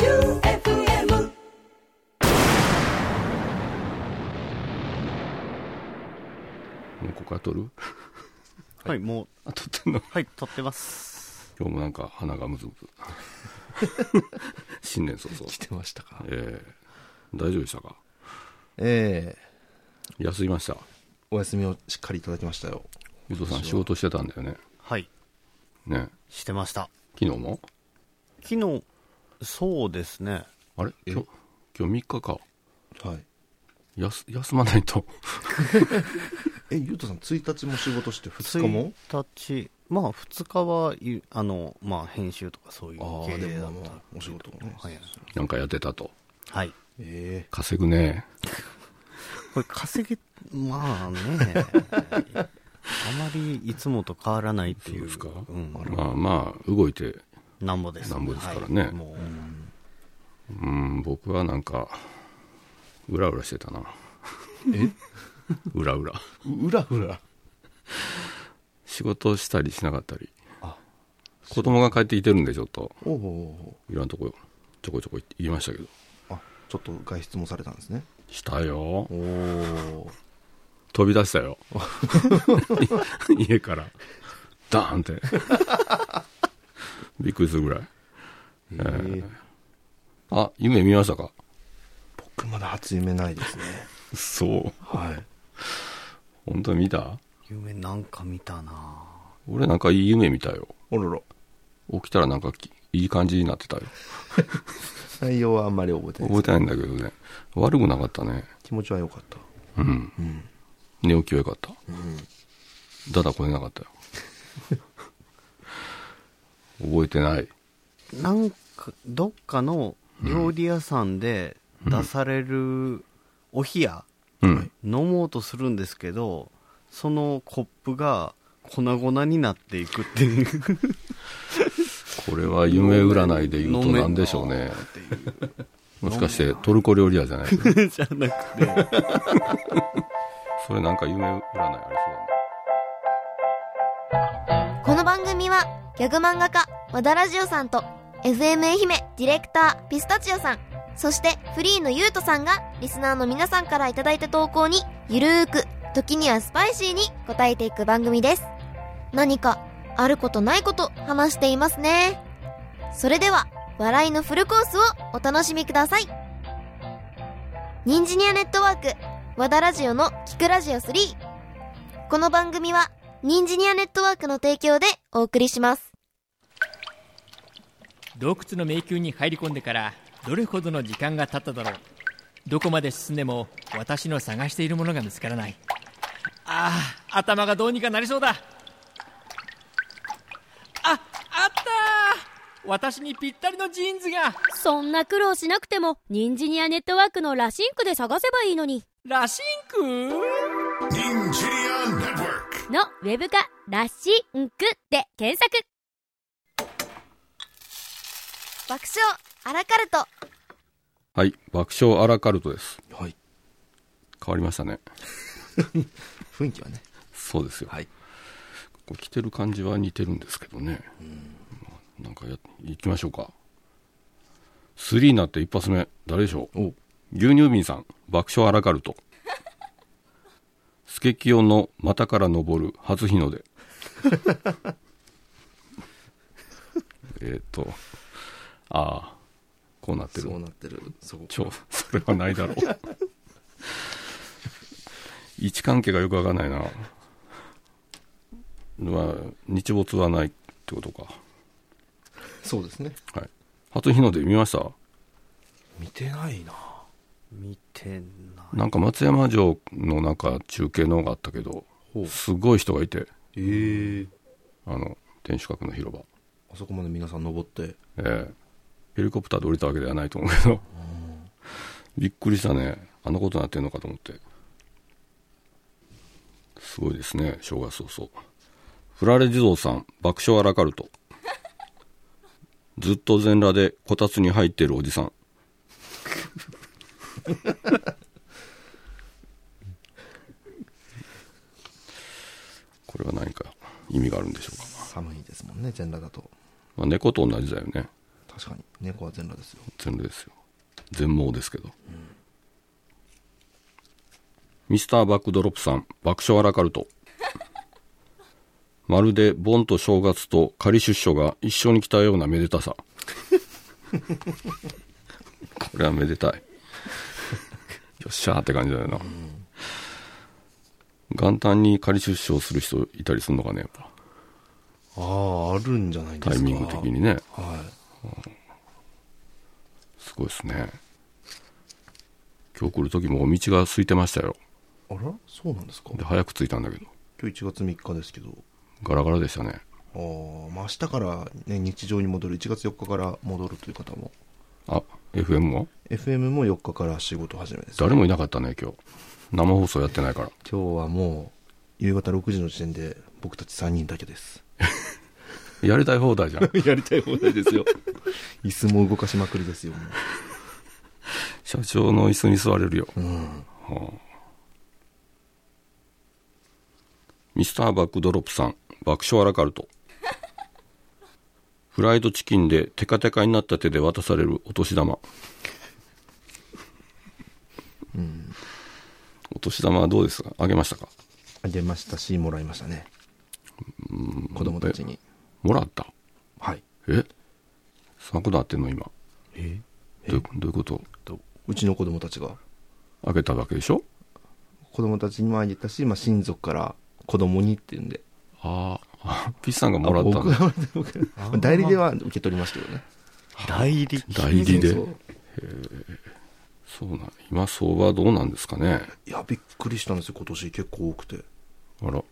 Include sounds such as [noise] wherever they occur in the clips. J-O-E-U-F-M もうここは撮るはい、もう、あ、撮ってんのはい、撮ってます。 [laughs] 今日もなんか鼻がムズム [laughs] ズ。新年早々来。てましたか。ええ大丈夫でしたかええ休みました。お休みをしっかりいただきましたよ。ゆとさん仕事してたんだよね。はい、ね。してました。昨日も昨日、そうですね。あれ今日、今日3日か。はい。休、休まないと。 [laughs] え、ゆうとさん、1日も仕事して2日も ?1 日、まあ2日はい、あの、まあ編集とかそういうああ、系でだもっまあたま。あ、お仕事もね。はい、なんかやってたと。はい。え稼ぐね。これ稼げ、まあね、あまりいつもと変わらないっていう。そうですかん。まあまあ、動いて。なんぼです。なんぼですからねはいもう、うん、僕はなんか、うらうらしてたな。え [laughs] うらうら。えうらうら。仕事したりしなかったり。子供が帰ってきてるんで、ちょっと。おおいろんなとこちょこちょこ行って言いましたけどー。あ、ちょっと外出もされたんですね。したよおお。飛び出したよ家からダーンって [laughs] びっくりするぐらいええあ夢見ましたか僕まだ初夢ないですね。そうはい。本当に見た夢なんか見たな俺なんかいい夢見たよおろろ。起きたらなんかきいい感じになってたよ内容はあんまり覚えてない覚ですえてないんだけどね悪くなかったね気持ちは良かった。うんうん。寝起きはよかっただだこねなかったよ [laughs] 覚えてないなんかどっかの料理屋さんで出されるお冷やうん、飲もうとするんですけどそのコップが粉々になっていくっていうこれは夢占いで言うと何でしょうね。もしかしてトルコ料理屋じゃ [laughs] ない [laughs] じゃなくてそれなんか夢占いありそうだね。この番組はギャグ漫画家和田ラジオさんと FM 愛媛ディレクターピスタチオさんそしてフリーのゆうとさんがリスナーの皆さんからいただいた投稿にゆるーく時にはスパイシーに答えていく番組です何かあることないこと話していますねそれでは笑いのフルコースをお楽しみくださいニンジニアネットワーク和田ラジオの聞くラジオ3この番組はニンジニアネットワークの提供でお送りします。洞窟の迷宮に入り込んでからどれほどの時間が経っただろうどこまで進んでも私の探しているものが見つからないああ頭がどうにかなりそうだああったー私にぴったりのジーンズがそんな苦労しなくても、ニンジニアネットワークのラシンクで探せばいいのに。ラシンク Ninja Network. のウェブ化、ラシンクで検索。爆笑アラカルト。はい。爆笑アラカルトです。はい。変わりましたね。雰囲気はね。そうですよ。はいこう着てる感じは似てるんですけどね。まあなんかや、行きましょうか。3になって一発目、誰でしょうお牛乳瓶さん、爆笑アラカルト。スケキヨの股から昇る初日の出。 [laughs] えっと、ああ、こうなってるそう。なってる。そこ。ちょ、それはないだろう。位置関係がよくわかんないな。まあ、日没はないってことか。そうですね。はい。初日の出見ました見てないな。見てないなんか松山城のなんか中継のがあったけどほうすごい人がいてええあの天守閣の広場、あそこまで皆さん登って。ええヘリコプターで降りたわけではないと思うけどびっくりしたねあんなことになってんのかと思ってすごいですね正月早々フラレ地蔵さん爆笑アラカルトずっと全裸でこたつに入ってるおじさんこれは何か意味があるんでしょうか寒いですもんね全裸だとまあ、猫と同じだよね。確確かに猫は全裸ですよ全裸ですよ全盲ですけど、ミスターバックドロップさん爆笑アラカルト [laughs] まるで盆と正月と仮出所が一緒に来たようなめでたさ [laughs] これはめでたいよっしゃーって感じだよな、元旦に仮出所する人いたりするのかねやっぱあああるんじゃないですタイかミング的にねはすごいですね今日来る時もお道が空いてましたよいあらそうなんですかで今早く着いたんだけど日1月3日ですけどガラガラでしたねあーまあ明日から、ね、日常に戻る1月4日から戻るという方もあ FM も FM も4日から仕事始めです誰もいなかったね今日生放送やってないから今日はもう夕方6時の時点で僕たち3人だけですやりたい放題じゃん [laughs] やりたい放題ですよ椅子も動かしまくりですよも社長の椅子に座れるよ、ううんミスターバックドロップさん爆笑アラカルト [laughs] フライドチキンでテカテカになった手で渡されるお年玉お年玉はどうですかあげましたかあげましたしもらいましたね子供たちにもらったはいえ柵なってんの今えどういうどういうこととうちの子供たちがあげたわけでしょ子供たちにもあげたし、まあ、親族から子供にっていうんであーあピッさんがもらったあん僕だは僕はまあ代理では受け取りますけどね代理代理でそうそうそうなん今相場どうなんですかねいやびっくりしたんですよ今年結構多くてあらボ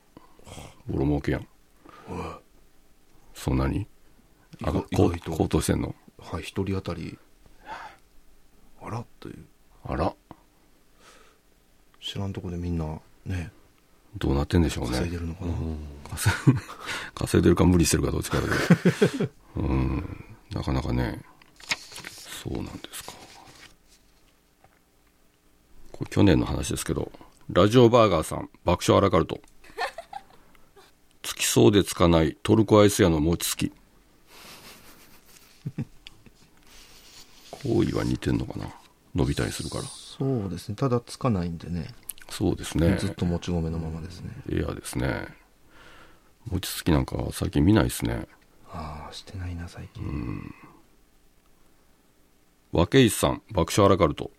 ロ儲けやんそんなにあ意こ外意外と高騰してんのはい一人当たりあらというあら知らんとこでみんなねどうなってんでしょうね稼いでるのかな、稼い稼いでるか無理してるかどっちかだけど [laughs] うんなかなかねそうなんですかこれ去年の話ですけどラジオバーガーさん爆笑アラカルトつきそうでつかないトルコアイス屋の餅つき行為は似てんのかな伸びたりするからそうですねただつかないんでねそうですねずっともち米のままですねエアですね餅つきなんか最近見ないですねああしてないな最近、和ケ石さん爆笑アラカルト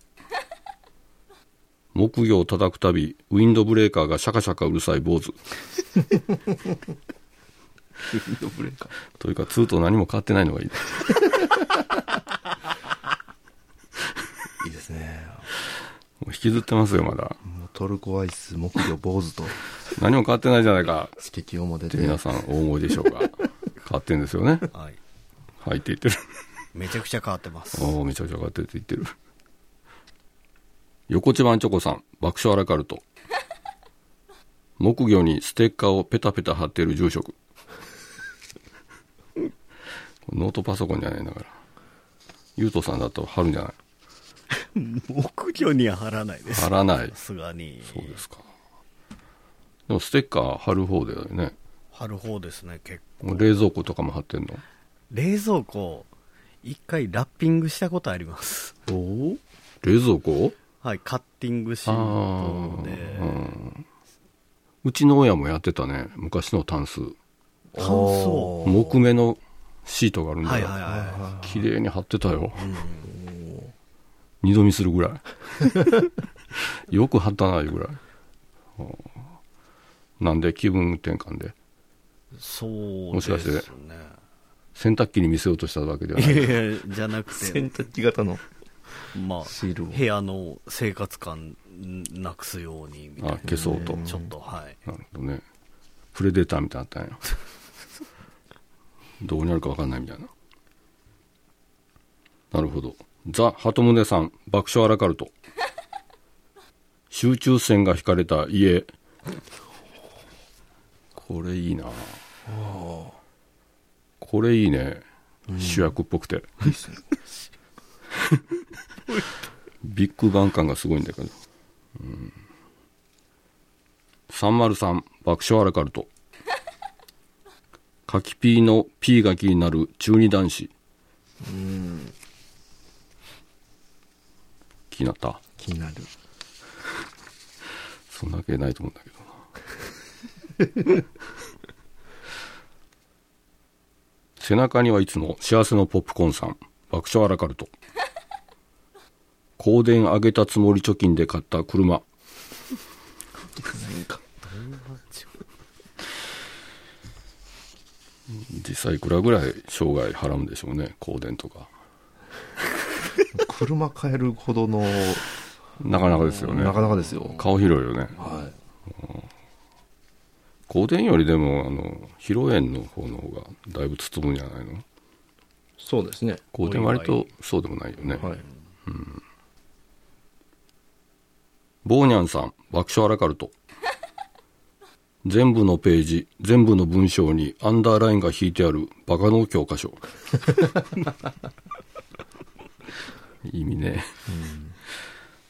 木魚を叩くたびウィンドブレーカーがシャカシャカうるさい坊主ブレーカーというか2と何も変わってないのがいいいいですねもう引きずってますよまだもうトルコアイス木魚坊主と何も変わってないじゃないかスケキヨも出ってて皆さんお思いでしょうか変わってんですよねはいはいって言ってるめちゃくちゃ変わってますおおめちゃくちゃ変わってるって言ってる [laughs] 横千番チョコさん爆笑アラカルト木魚にステッカーをペタペタ貼っている住職ノートパソコンじゃないんだからゆうとさんだと貼るんじゃない木魚には貼らないです貼さらないすがにそうですかでもステッカー貼る方だよね貼る方ですね結構冷蔵庫とかも貼ってんの冷蔵庫一回ラッピングしたことありますお冷蔵庫はいカッティングシああートでうんうちの親もやってたね昔のタンス乾燥木目のシートがあるんはだいよ、はいは綺麗に貼ってたよ、二度見するぐらいよく貼ったないうぐらいあーなんで気分転換でいそうもでしかしてすね洗濯機に見せようとしたわけではいないやいやじゃなくて洗濯機型のまあ、シールを部屋の生活感なくすようにみたいなあ消そうとちょっとはいなるほどねプレデターみたいなのあったんや [laughs] どうなるか分かんないみたいななるほどザ・鳩宗さん爆笑アラカルト集中線が引かれた家これいいなこれいいね、主役っぽくて [laughs] ビッグバン感がすごいんだけど303爆笑アラカルト [laughs] 柿ピーの P が気になる中二男子う気になった気になる。そんなわけないと思うんだけどな背中にはいつも幸せのポップコーンさん爆笑アラカルト香典あげたつもり貯金で買った車実際いくらぐらい生涯払うんでしょうね香典とか車買えるほどの、なかなかですよねなかなかですよ。顔広いよねは香典よりでもあの披露宴の方の方がだいぶ包むんじゃないのい。そうですね。香典割とそうでもないよね、はい。ボーニャンさん爆笑アラカルト全部のページ全部の文章にアンダーラインが引いてあるバカの教科書 [laughs] 意味ね、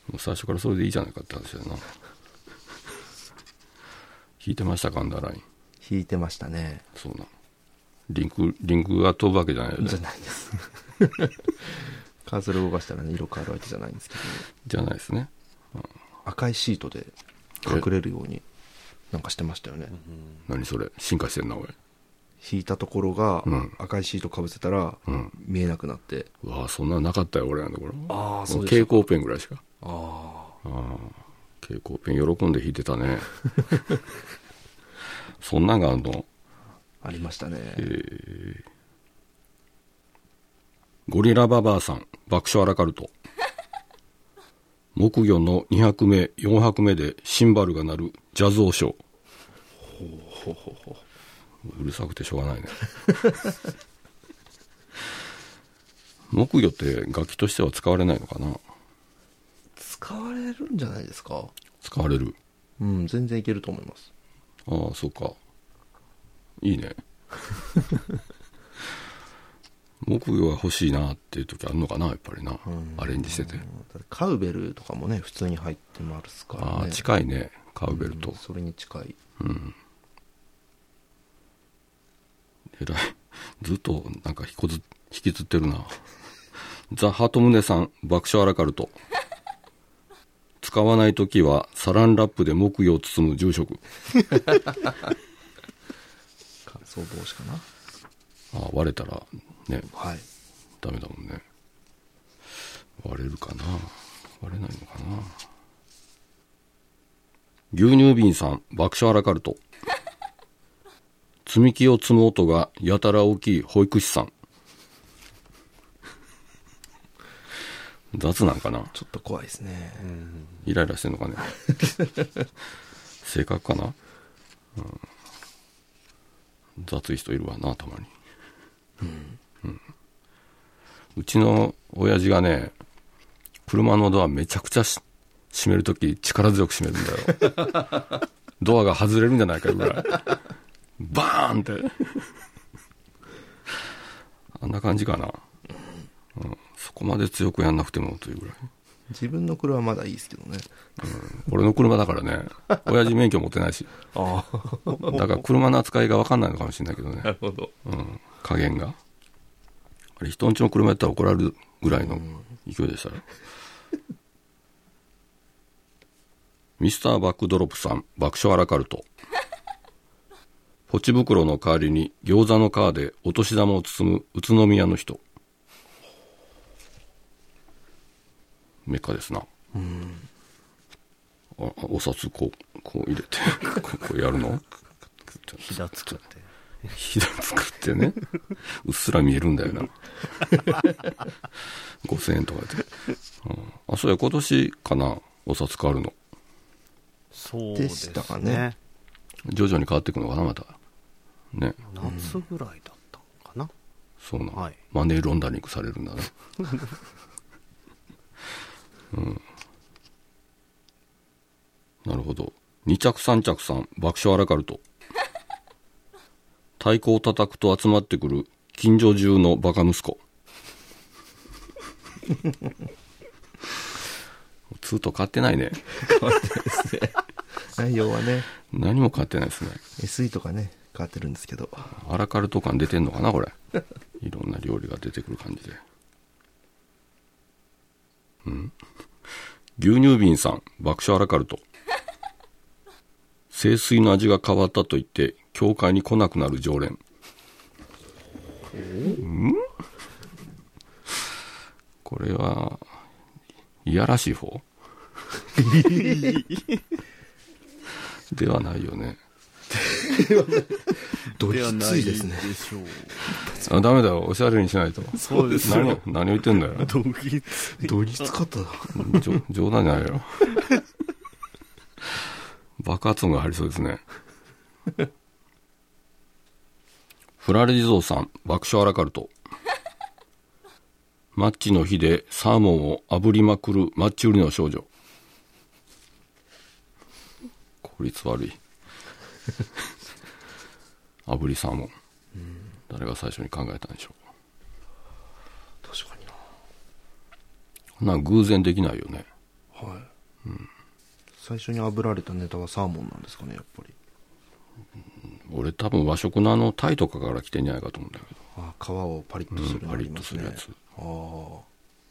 もう最初からそれでいいじゃないかって話だよな引いてましたかアンダーライン引いてましたね。そうなリンクリンクが飛ぶわけじゃないよねじゃないです。 [laughs] カーソル動かしたらね、色変わるわけじゃないんですけど、じゃないですね赤いシートで隠れるようになんかしてましたよね。何それ進化してんなおい引いたところがうん赤いシートかぶせたらうん見えなくなって、うわあそんなのなかったよ俺なんだこれああもうす蛍光ペンぐらいしかああ蛍光ペン喜んで弾いてたね [laughs] そんなんがあんのありましたね、ゴリラババアさん爆笑アラカルト [laughs] 木魚の2拍目4拍目でシンバルが鳴るジャズ王将うるさくてしょうがないね [laughs] 木魚って楽器としては使われないのかな使われるんじゃないですか使われるうん全然いけると思いますああそうかいいね [laughs] 木魚が欲しいなっていう時あるのかなやっぱりなアレンジしててカウベルとかもね普通に入ってますからねああ近いねカウベルとうんそれに近い偉いずっとなんか引こず引きずってるな [laughs] ザ・ハトムネさん爆笑アラカルト使わない時はサランラップで木魚を包む住職乾燥防止かなああ割れたらねはいダメだもんね割れるかな割れないのかな牛乳瓶さん爆笑アラカルト積み木を積む音がやたら大きい保育士さん雑なんかなちょっと怖いですね、イライラしてんの [laughs] かね性格かな、うん、雑い人いるわなたまに、うんうちの親父がね車のドアめちゃくちゃし閉めるとき力強く閉めるんだよ [laughs] ドアが外れるんじゃないかいうぐらいバーンってあんな感じかな、うん、そこまで強くやんなくてもというぐらい自分の車はまだいいですけどね俺の車だからね、親父免許持ってないし、ああ [laughs] だから車の扱いが分かんないのかもしれないけどね、るほどうん、加減が。あれ、人んちの車やったら怒られるぐらい [laughs] の勢いでしたよ。ミスターバックドロップさん、爆笑アラカルト。ポチ袋の代わりに餃子の皮でお年玉を包む宇都宮の人。メッカですな。ああお札こう、こう入れて、こうこうやるのひだつくって。ひだつくってね、 [laughs] うっすら見えるんだよな。5000円とかで。うんあ、そうや、今年かな、お札変わるの。そうでしたかね。徐々に変わっていくのかな、また。ね、夏ぐらいだったのかな。そうな、はいマネーロンダリングされるん [laughs] だね。うん。なるほど。二着三着さん、爆笑アラカル [laughs] ト。太鼓を叩くと集まってくる近所中のバカ息子。 [laughs] ツーと買ってないね。内容はね何も買ってないですね。 SE とかね変わってるんですけどアラカルト感出てんのかなこれ [laughs] いろんな料理が出てくる感じでうん [laughs] 牛乳瓶さん爆笑アラカルト清水の味が変わったと言って教会に来なくなる常連うんこれはいやらしい方ではないよねどりついですね。でしょう。あダメだよおしゃれにしないとそうです何を何を言ってんだよどぎつい。どりつかったな。じょ冗談じゃないよ [laughs] 爆発音が入りそうですねフラレ地蔵さん爆笑アラカルト [laughs] マッチの火でサーモンを炙りまくるマッチ売りの少女効率悪い [laughs] 炙りサーモン誰が最初に考えたんでしょ確かにな。うこんなん偶然できないよねはい。最初に炙られたネタはサーモンなんですかね、やっぱり。俺多分和食のあのタイとかから来てんじゃないかと思うんだけどあ皮をパリッとするのありますね。うんパリッとするやああ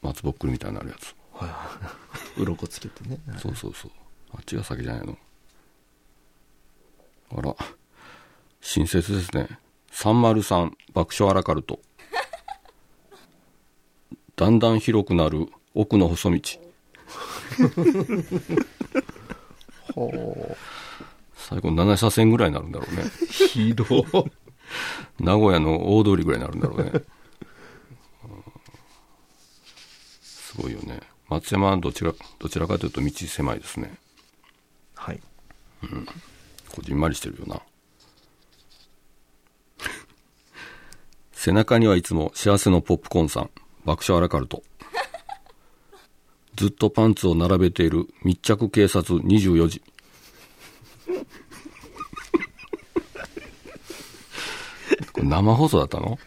松ぼっくりみたいになるやつ、はいはい。うろこつけてね。そうそうそうあっちが先じゃないのあら親切ですね303爆笑アラカルト [laughs] だんだん広くなる奥の細道ほ最後7車線ぐらいになるんだろうねう。ひどい。名古屋の大通りぐらいになるんだろうね [laughs] うんすごいよね松山はどちらどちらかというと道狭いですねはい。こじんまりしてるよな [laughs] 背中にはいつも幸せのポップコーンさん爆笑アラカルトずっとパンツを並べている密着警察24時 [laughs] これ生放送だったの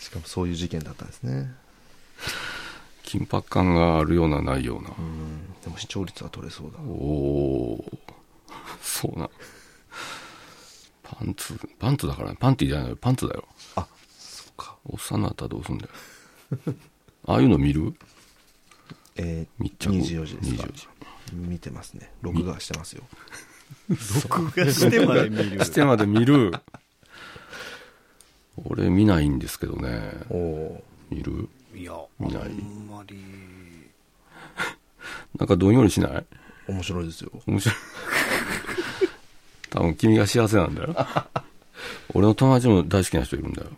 しかもそういう事件だったんですね。緊迫感があるようなないようなうん。でも視聴率は取れそうだ。おおそうなパンツパンツだからねパンティじゃないよパンツだよあ、そっか。おっさんになったらどうすんだよああいうの見るえー、密着24時ですか24時見てますね。録画してますよ。録画してまで見 [laughs] る。してまで見る俺見ないんですけどねおお見るいや、あ見ないんまり。 [laughs] なんかどんよりしないー。面白いですよ。面白い多分君が幸せなんだよ俺の友達も大好きな人いるんだよ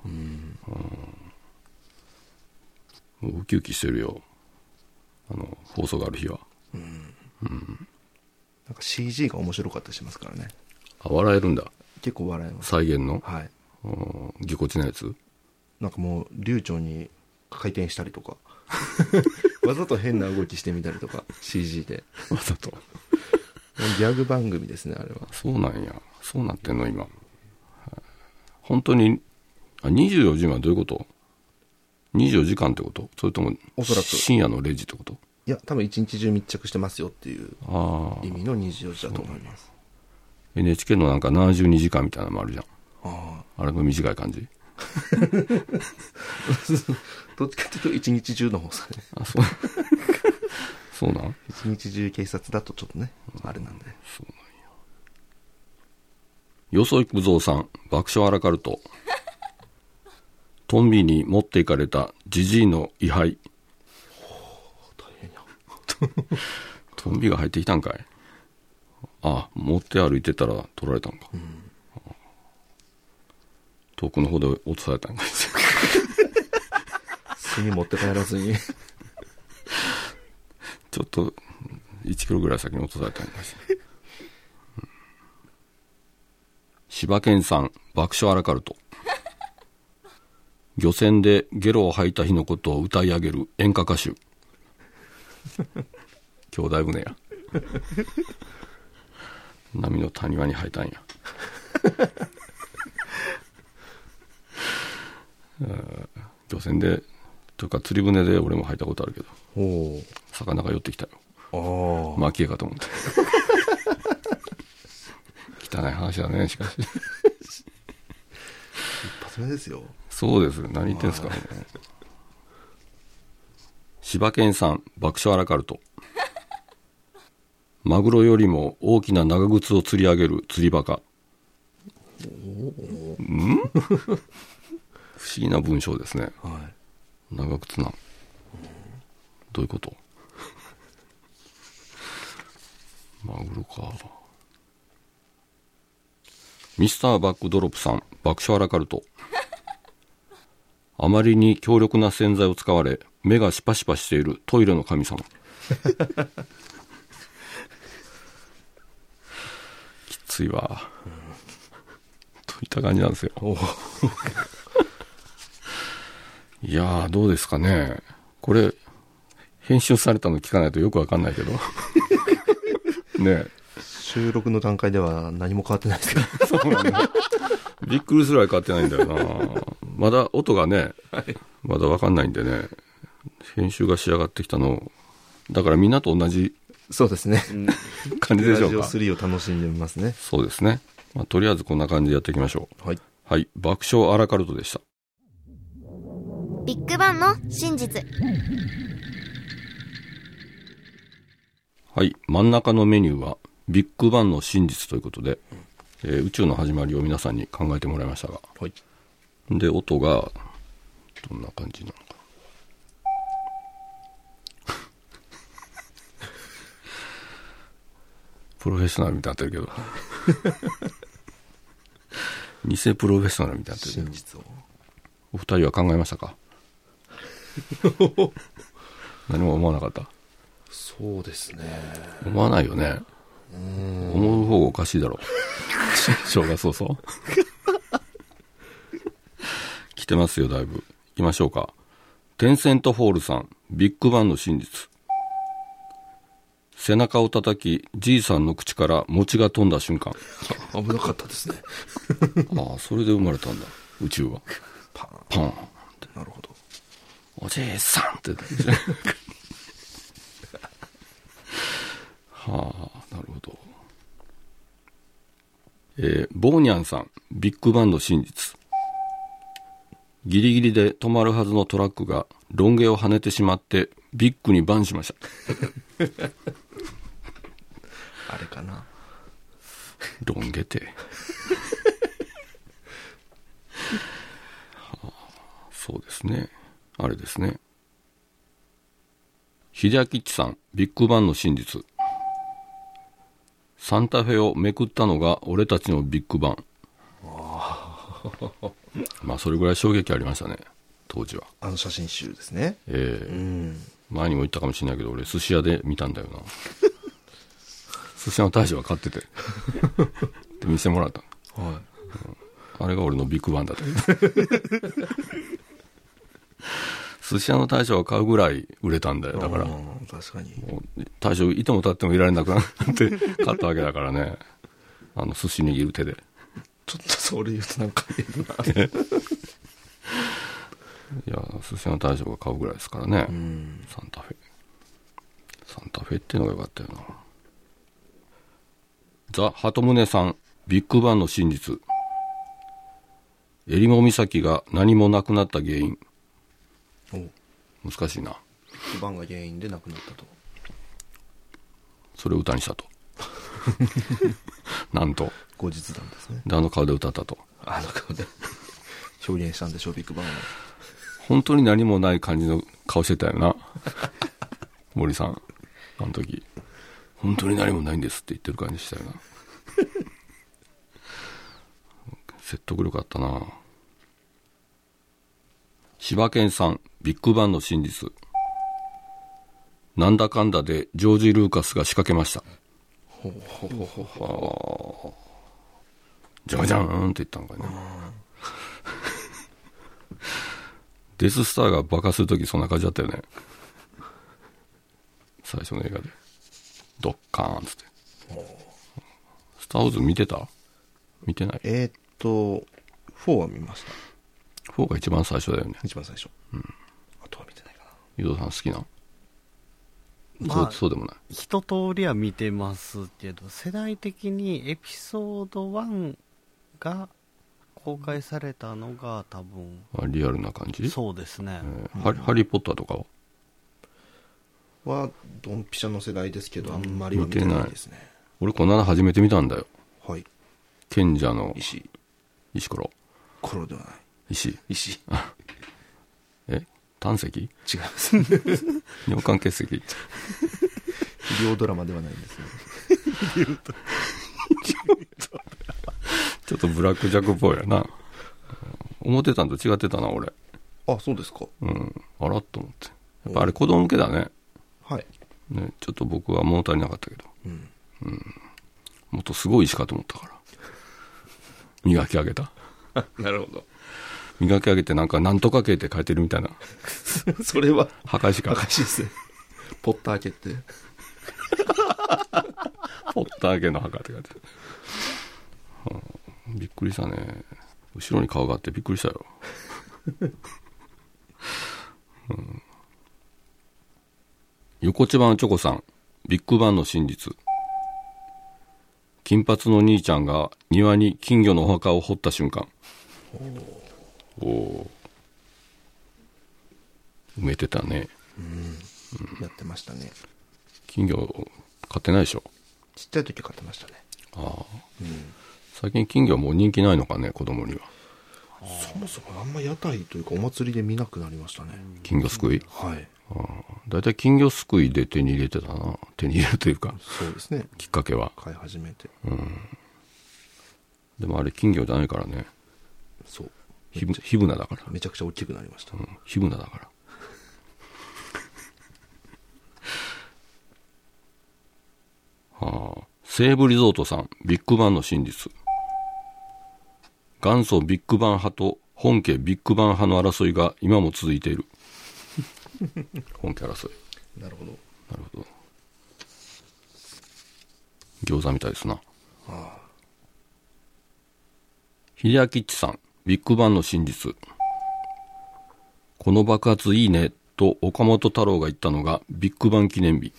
うんもうウキウキしてるよあの放送がある日はなんか CG が面白かったりしますからね。あ笑えるんだ結構笑えます。再現の、はい。うんぎこちなやつなんかもう流暢に回転したりと [laughs] かわざと変な動きしてみたりとか CG でわざともうギャグ番組ですねあれはそうなんや。そうなってんの、今。はい本当に、あ、24時はどういうこと ?24 時間ってことそれとも、おそらく深夜の0時ってこといや多分一日中密着してますよっていうああ意。味の24時だと思います NHK のなんか72時間みたいなのもあるじゃん。ああれの短い感じあどっちかっていうと一日中の方ですかねあ、そう。 [laughs] そうなん一日中警察だとちょっとねあ [laughs] れなんでよそいくぞうさん、爆笑アラカルト。トンビに持っていかれたジジイの位牌。 [laughs] トンビが入ってきたんかい。あ、持って歩いてたら取られたんか。遠くの方で落とされたんかい。炭持って帰らずにちょっと、1キロぐらい先に落とされたんかしら。うん柴犬さん、爆笑アラカルト。漁船でゲロを吐いた日のことを歌い上げる演歌歌手。兄弟船や。波の谷間に入ったんや。うん漁船で、というか釣り船で俺も入ったことあるけど、お魚が寄ってきたよ。おあまあ、消えかと思って。 [laughs] 汚い話だね、しかし。あ一発目ですよそうです。何言ってんすか、ね。柴犬さん爆笑アラカルトマグロよりも大きな長靴を釣り上げる釣りバカん [laughs] 不思議な文章ですねは長靴なんどういうこと [laughs] マグロかミスターバックドロップさん爆笑アラカルトあまりに強力な洗剤を使われ目がシパシパしているトイレの神様 [laughs] きついわといった感じなんですよいやー、どうですかね。これ、編集されたの聞かないとよくわかんないけ [laughs] ど。ねい。収録の段階では何も変わってないですけど。え。そうなんだ。びっくりするぐらい変わってないんだよな。まだ音がね、まだわかんないんでね。編集が仕上がってきたのをだからみんなと同じ [laughs] そうですね。感じで [laughs] ラしジょオうか。 3を楽しんでますね。そうですね。まあ、とりあえずこんな感じでやっていきましょう。はい。はい。爆笑アラカルトでした。ビッグバンの真実はい、真ん中のメニューはビッグバンの真実ということで、えー宇宙の始まりを皆さんに考えてもらいましたが、はい。で音がどんな感じなのか [laughs] な。プロフェッショナルみたいになってる [laughs] けど偽プロフェッショナルみたいになってる真けど実を。お二人は考えました [laughs] か何も思わなかったそうですね。思わないよね。思う方がおかしいだろう。しょうがそうそう。 [laughs] 来てますよ、だいぶ。行きましょうか。テンセントホールさん、ビッグバンの真実。背中を叩き、じいさんの口から餅が飛んだ瞬間。危なかったですね。ああ、それで生まれたんだ。宇宙は。パーンパっン。て。なるほど。おじいさんって。 [laughs] はあ、なるほど。えーボーニャンさん、ビッグバンの真実。ギリギリで止まるはずのトラックがロン毛を跳ねてしまってビッグにバンしました。あれかな。ロン毛って。 [laughs] はあそうですね。あれですね。秀明吉さん、ビッグバンの真実。サンタフェをめくったのが俺たちのビッグバン。 [laughs] まあ、それぐらい衝撃ありましたね。当時は。あの写真集ですね。ええうん。前にも言ったかもしれないけど、俺、寿司屋で見たんだよ [laughs] な。寿司屋の大将が買ってて。で、見せてもらったの。はあれが俺のビッグバン [laughs] だと。寿司屋の大将が買うぐらい売れたんだよ。い。だから、うもん確かに。う大将いても立ってもいられなくなって買ったわけだからね。あの、寿司握る手で。ちょっとそれ言うとなんか言うな。いや、寿司屋の大将が買うぐらいですからね。うん。サンタフェ。サンタフェってのが良かったよな。ザ・ハトムネさん、ビッグバンの真実。襟裳岬が何もなくなった原因。おビ難しいな。ッグバンが原因で亡くなったと。それを歌にしたと。 [laughs] なんと。後日談ですね。で、あの顔で歌ったと。あの顔で表現したんでしょう、ビッグバンを。本当に何もない感じの顔してたよな。森さん。あの時。本当に何もないんですって言ってる感じしたよな。説得力あったな柴犬さん、ビッグバンの真実。なんだかんだでジョージ・ルーカスが仕掛けました。じゃじゃーんって言ったのかね。 [laughs] デススターが爆破するときそんな感じだったよね。最初の映画で。ドッカーンっつって。スター・ウォーズ見てた見てない。えーっと、4は見ました。 4が一番最初だよね。一番最初。あとは見てないかゆうさん好きな、まあそうそうでもない。一通りは見てますけど、世代的にエピソード1が公開されたのが多分、あリアルな感じそうですねえ。ーハリハリー・ポッターとかははドンピシャの世代ですけどあんまりは見てないですね俺こんなの初めて見たんだよはい賢者の石石ころコロではない石石違いえ胆石 [laughs] ます尿管結石 [laughs] 両ドラマではないんですねちょっとブラックジャックっぽいやな。思ってたんと違ってたな、俺。あそうですかうん。あらっと思って。やっぱあれ子供向けだね。はいね、ちょっと僕は物足りなかったけど。うんもっとすごい石かと思ったから。 [laughs] 磨き上げた。 [laughs] なるほど磨き上げてなんかなんとか系って書いてるみたいな。 [laughs] それ [laughs] は墓石か。証ですね [laughs] ポッター家ってポッター系の墓って書いてる、うんびっくりしたね。後ろに顔があってびっくりしたよ。うん横千葉のチョコさん、ビッグバンの真実。金髪の兄ちゃんが庭に金魚のお墓を掘った瞬間。おおー埋めてたね。やってましたね金魚買ってないでしょ。ちっちゃい時買ってましたねああ、最近金魚もう人気ないのかね子供にはそもそもあんま屋台というかお祭りで見なくなりましたね金魚すくいはい大体金魚すくいで手に入れてたな手に入れるというかそうですねきっかけは買い始めてでもあれ金魚じゃないからねそうひぶ火船だからめちゃくちゃ大きくなりましうたん火船だから [laughs] はあ西武リゾートさんビッグバンの真実元祖ビッグバン派と本家ビッグバン派の争いが今も続いている [laughs] 本家争いなるほどなるほど餃子みたいですな秀明っちさんビッグバンの真実この爆発いいねと岡本太郎が言ったのがビッグバン記念日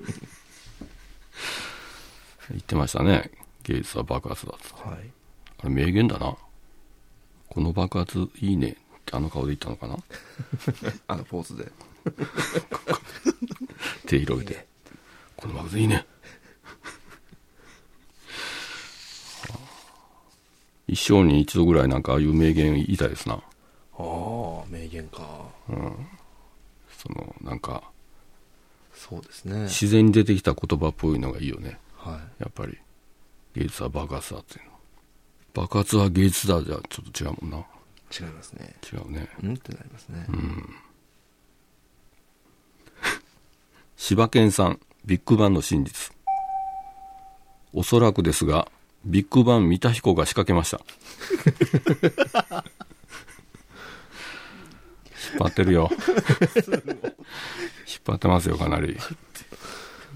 [laughs] 言ってましたね芸術は爆発だとはいあれ名言だなこの爆発いいねってあの顔で言ったのかなあのポーズで手広げて「このマグズいいね」はあ一生に一度ぐらいなんかああいう名言言いたいですなああ名言かそのなんかそうですね自然に出てきた言葉っぽいのがいいよねはやっぱり芸術は爆発だっていうの爆発は芸術だじゃちょっと違うもんない違いますね違うねうんってなりますね柴犬さんビッグバンの真実おそらくですがビッグバン三田彦が仕掛けました [laughs] 引っ張ってるよ引っ張ってますよかなり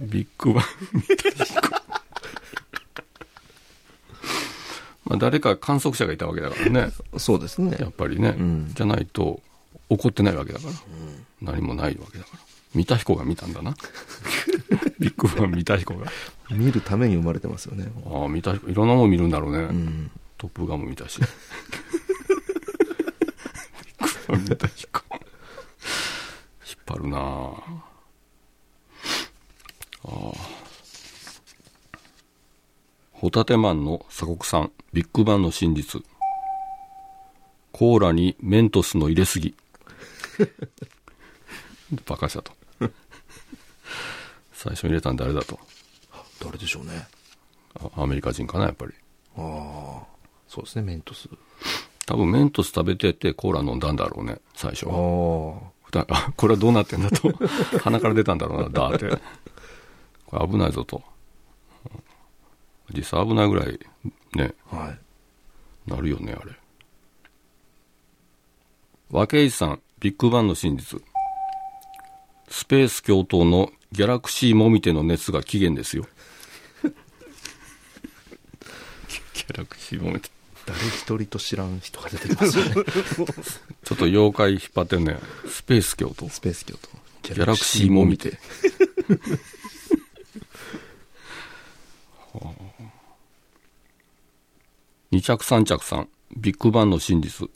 ビッグバン三田彦まあ誰か観測者がいたわけだからねそうですねやっぱりね、うんじゃないと怒ってないわけだから、何もないわけだから三田彦が見たんだな [laughs] ビッグバン三田彦が見るために生まれてますよねああ三田彦いろんなもん見るんだろうね、うんトップガンも見たしビッグバン三田彦引っ張るなあああホタテマンの鎖国さんビッグバンの真実コーラにメントスの入れすぎバカしたと最初に入れたん誰だと誰でしょうねあアメリカ人かなやっぱりああそうですねメントス多分メントス食べててコーラ飲んだんだろうね最初ああふたあこれはどうなってんだと [laughs] 鼻から出たんだろうなだーってこれ危ないぞとうん実際危ないぐらいねはい。なるよねあれ和慶さんビッグバンの真実スペース共闘のギャラクシーもみての熱が起源 [laughs] ですよギャラクシーもみて誰一人と知らん人が出てきますよね。ちょっと妖怪引っ張ってんねスペース共闘スペース教と。ギャラクシーも見て。二着三着さんビッグバンの真実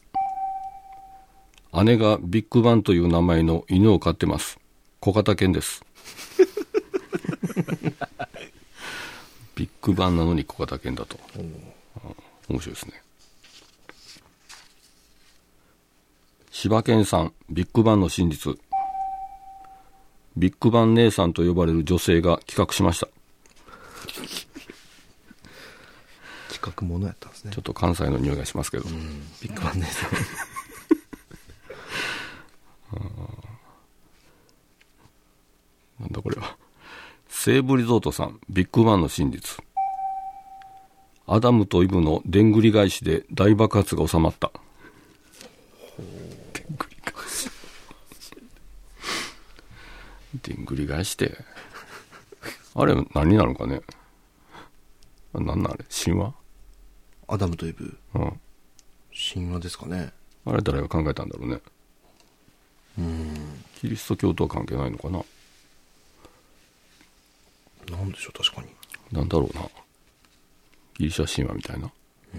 姉がビッグバンという名前の犬を飼ってます小型犬です。 [laughs] ビッグバンなのに小型犬だと。うん面白いですね。柴犬さん、ビッグバンの真実。ビッグバン姉さんと呼ばれる女性が企画しました。企画ものやったんですねちょっと関西の匂いがしますけど。ビッグバンですなんだこれは。西武リゾートさん、ビッグバンの真実。アダムとイブのでんぐり返しで大爆発が収まった。でんぐり返し。でんぐり返して。あれ、何なのかね。あなんなんあれ神話 [laughs] アダムとイブうん。神話ですかねあれ誰が考えたんだろうね。キリスト教とは関係ないのかな。なんでしょう [laughs] 確かになんだろうな。ギリシャ神話みたいな。う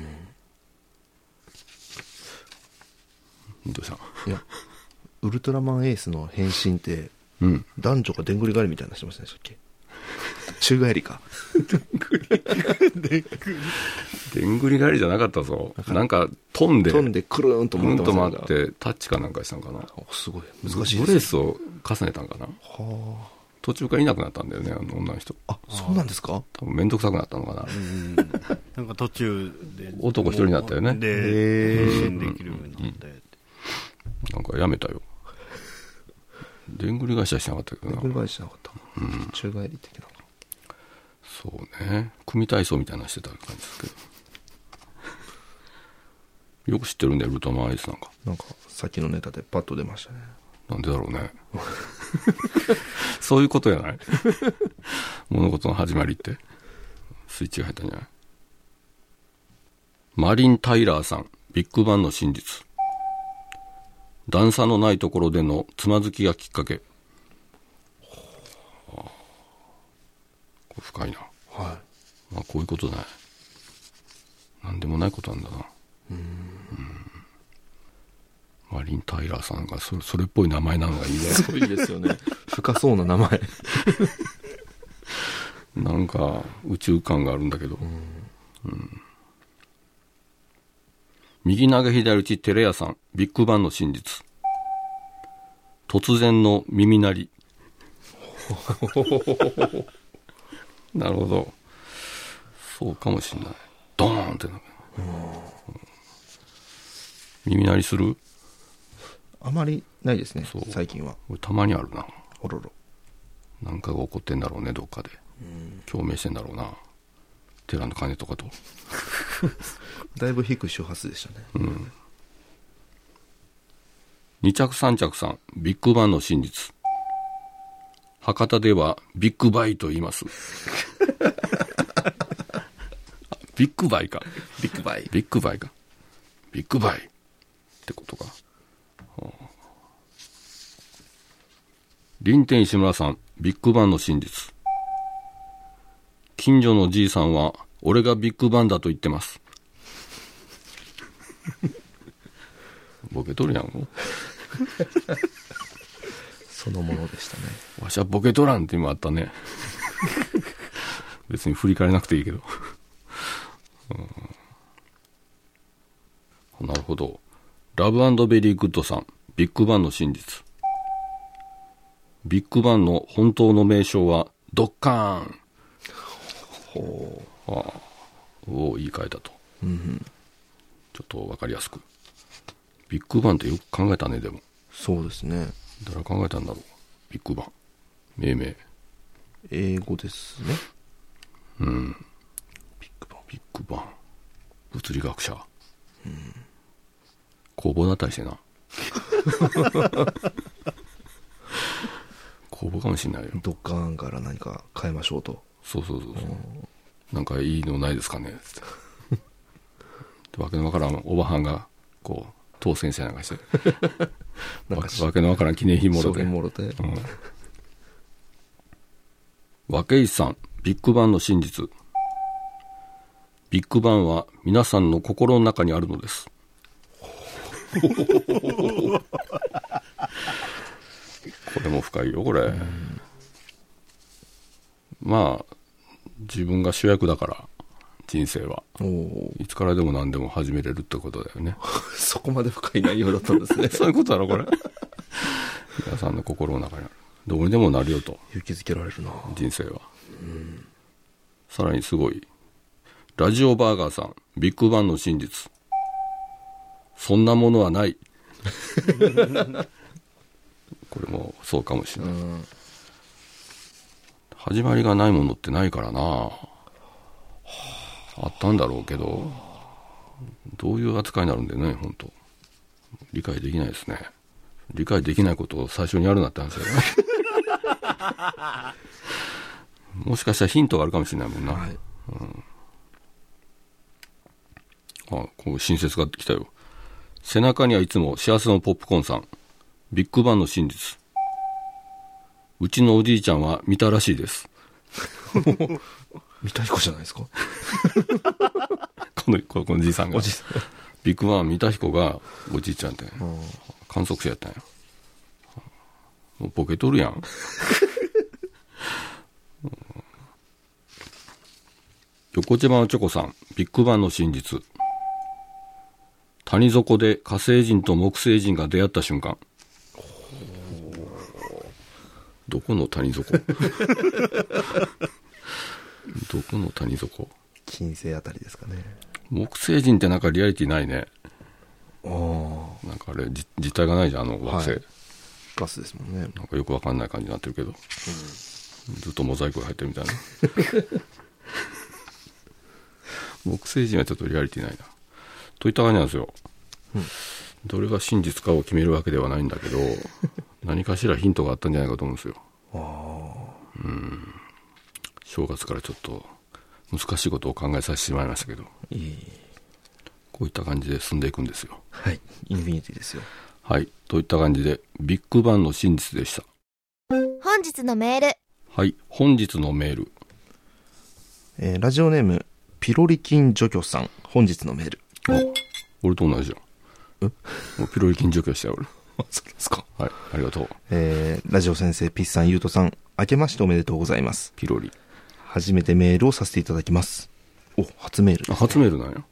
ん。どうしたいやウルトラマンエースの変身ってうん。男女がでんぐり返りみたいなのしてませんでしたっけ [laughs] 宙返りかでんぐり返りじゃなかったぞ。なんか飛んで、飛んでくるーんとぐ回っんてとま回せんっかて、タッチかなんかしたんかな。おすごい難しいブレでーすスを重ねたんかな。は途中からいなくなったんだよね、あの女の人。ああそうなんですか多分めんどくさくなったのかな。なんか途中で男一人になったよねで変身できるようになったよってなんかやめ [laughs] たよ。でんぐり返しはしなかったけどでんぐりな。返りしなかった宙返り的なそうね。組体操みたいなのしてた感じですけど。よく知ってるんだよ、ウルトラマンアリスなんか。なんかさっきのネタでパッと出ましたねなんでだろうね。 [laughs] そういうことやない物事の始まりって。スイッチが入ったんじゃないマリン・タイラーさん、ビッグバンの真実。段差のないところでのつまずきがきっかけ。これ深いな。はまあこういうことだね。なんでもないことなんだな。うんマリン・タイラーさんがそれそれっぽい名前なのがいいねい。すごいですよね [laughs] 深そうな名 [laughs] 前なんか宇宙感があるんだけど。うん右投げ左打ちテレ屋さん、ビッグバンの真実。突然の耳鳴り。 [laughs] なるほど。そうかもしんない。ドーンってなる。耳鳴りするあまりないですねそう最近は俺たまにあるな。おろろなんかが起こってんだろうね、どっかで。共鳴してんだろうな。寺の鐘とかと。だいぶ低い周波数でしたね二着三着さん、ビッグバンの真実。博多ではビッグバイと言います。 [laughs] あビッグバイか。ビッグバイビッグバイか。ビッグバイってことか。はあ林天石村さん、ビッグバンの真実。近所のじいさんは、俺がビッグバンだと言ってます。ボケとるやん。そのものでしたねわしはボケとらんって今あった [laughs] ね。別に振り返らなくていいけど、うんなるほど。ラブベリーグッドさん、ビッグバンの真実。ビッグバンの本当の名称は、ドッカーン。ほう。ああ、を言い換えたと。ちょっとわかりやすく。ビッグバンってよく考えたね、でも。そうですね誰が考えたんだろう。ビッグバン。命名。英語ですねビッグバン。ビッグバン。物理学者。工房だったりしてな。 [laughs] 工房かもしんないよ。ドッカーンから何か変えましょうとそうそうそうそう。なんかいいのないですかねつって。わけのわからんおばはんが、こう、当選者なんかして。なんわかしわけのわからん記念品もろそてれ。もろてうん。和石さん、ビッグバンの真実。ビッグバンは皆さんの心の中にあるの [laughs] です。こても深いよこれ、まあ自分が主役だから人生はおおいつからでも何でも始めれるってことだよねそこまで深い内容だったんです [laughs] ね [laughs] そういうことだろこれ [laughs] 皆さんの心の中にあるどうにでもなるよと勇気づけられるな人生は、さらにすごいラジオバーガーさんビッグバンの真実そんなものはないこれもそうかもしれない、始まりがないものってないからなあったんだろうけどどういう扱いになるんだよね本当理解できないですね理解できないことを最初にやるなって話だよね [laughs] もしかしたらヒントがあるかもしれないもんな。はいあ、こう新説が来たよ。背中にはいつも幸せのポップコーンさん。ビッグバンの真実。うちのおじいちゃんは見たらしいです。三田彦じゃないです [laughs] か [laughs] この、このこのじいさんが。おじさんビッグバン、三田彦がおじいちゃんって、観測者やったんや。もうボケとるやん。 [laughs] 横島のチョコさん、ビッグバンの真実。谷底で火星人と木星人が出会った瞬間。どこの谷底 [laughs] どこの谷底金星あたりですかね木星人ってなんかリアリティないね。ああなんかあれ、じ実体がないじゃん、あの惑星。はいガスですもんねなんかよくわかんない感じになってるけど。ずっとモザイクが入ってるみたいな。 [laughs] 木星人はちょっとリアリティないな。といった感じなんですよ。どれが真実かを決めるわけではないんだけど、 [laughs] 何かしらヒントがあったんじゃないかと思うんですよ。うん。正月からちょっと難しいことを考えさせてしまいましたけど、いいこういった感じで進んでいくんですよ。はいインフィニティですよはい。といった感じで、ビッグバンの真実でした。本日のメールはい。本日のメール。えーラジオネームピロリ菌除去さん本日のメール俺と同じじゃん。もうピロリ菌除去したよ、俺。あ [laughs] そうですかはい。ありがとう。えーラジオ先生ピッさんゆうとさん明けましておめでとうございますピロリ。初めてメールをさせていただきますお初メールあ、初メールなんや。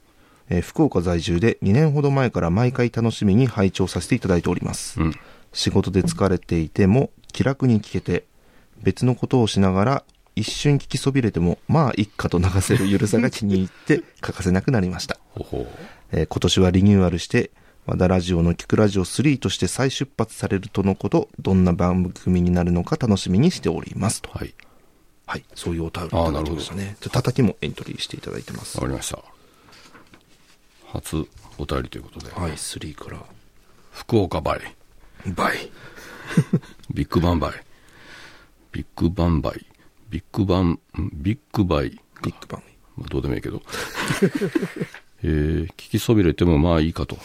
えー福岡在住で2年ほど前から毎回楽しみに拝聴させていただいております、うん仕事で疲れていても気楽に聞けて別のことをしながら一瞬聞きそびれてもまあ一家と流せるゆるさが気に入って欠かせなくなりました、ほほえー今年はリニューアルして和田ラジオの「キクラジオ3」として再出発されるとのことどんな番組になるのか楽しみにしておりますとはい。はいそういうお便りいただきましたねで叩きもエントリーしていただいてますわかりました。初お便りということで。はい3から福岡バイ。バイビッグバンバイ。ビッグバンバイ。ビッグバン、んビッグバイ。ビッグバンまあ、どうでもいいけど。えー、聞きそびれてもまあいいかと。